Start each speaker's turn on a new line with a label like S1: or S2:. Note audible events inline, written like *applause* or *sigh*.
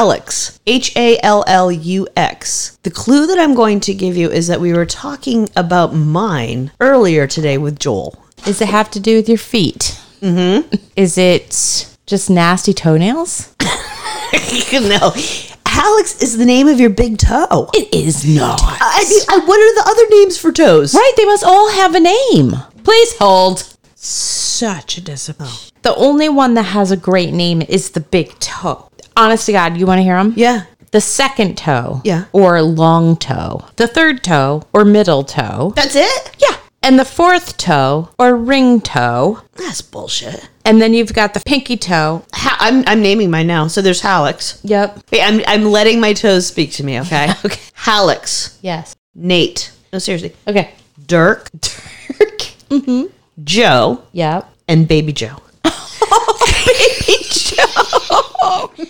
S1: Hallux, H A L L U X. The clue that I'm going to give you is that we were talking about mine earlier today with Joel. *laughs*
S2: Does it have to do with your feet? Mm-hmm. Is it just nasty toenails?
S1: no. Hallux is the name of your big toe.
S2: It is not.
S1: I mean, I, what are the other names for toes?
S2: Right, they must all have a name. Please hold.
S1: Such a disappointment.
S2: The only one that has a great name is the big toe. Honest to God, you want to hear them?
S1: Yeah.
S2: The second toe.
S1: Yeah.
S2: Or long toe. The third toe or middle toe.
S1: That's it?
S2: Yeah. And the fourth toe or ring toe.
S1: That's bullshit.
S2: And then you've got the pinky toe.
S1: Ha- I'm, I'm naming mine now. So there's Hallux.
S2: Yep.
S1: Wait, I'm, I'm letting my toes speak to me, *laughs* okay?
S2: Okay.
S1: Hallux,
S2: Yes.
S1: Nate. No, seriously.
S2: Okay.
S1: Dirk. *laughs* Dirk. Mm-hmm. Joe.
S2: Yep.
S1: and Baby Joe.
S2: Baby Joe.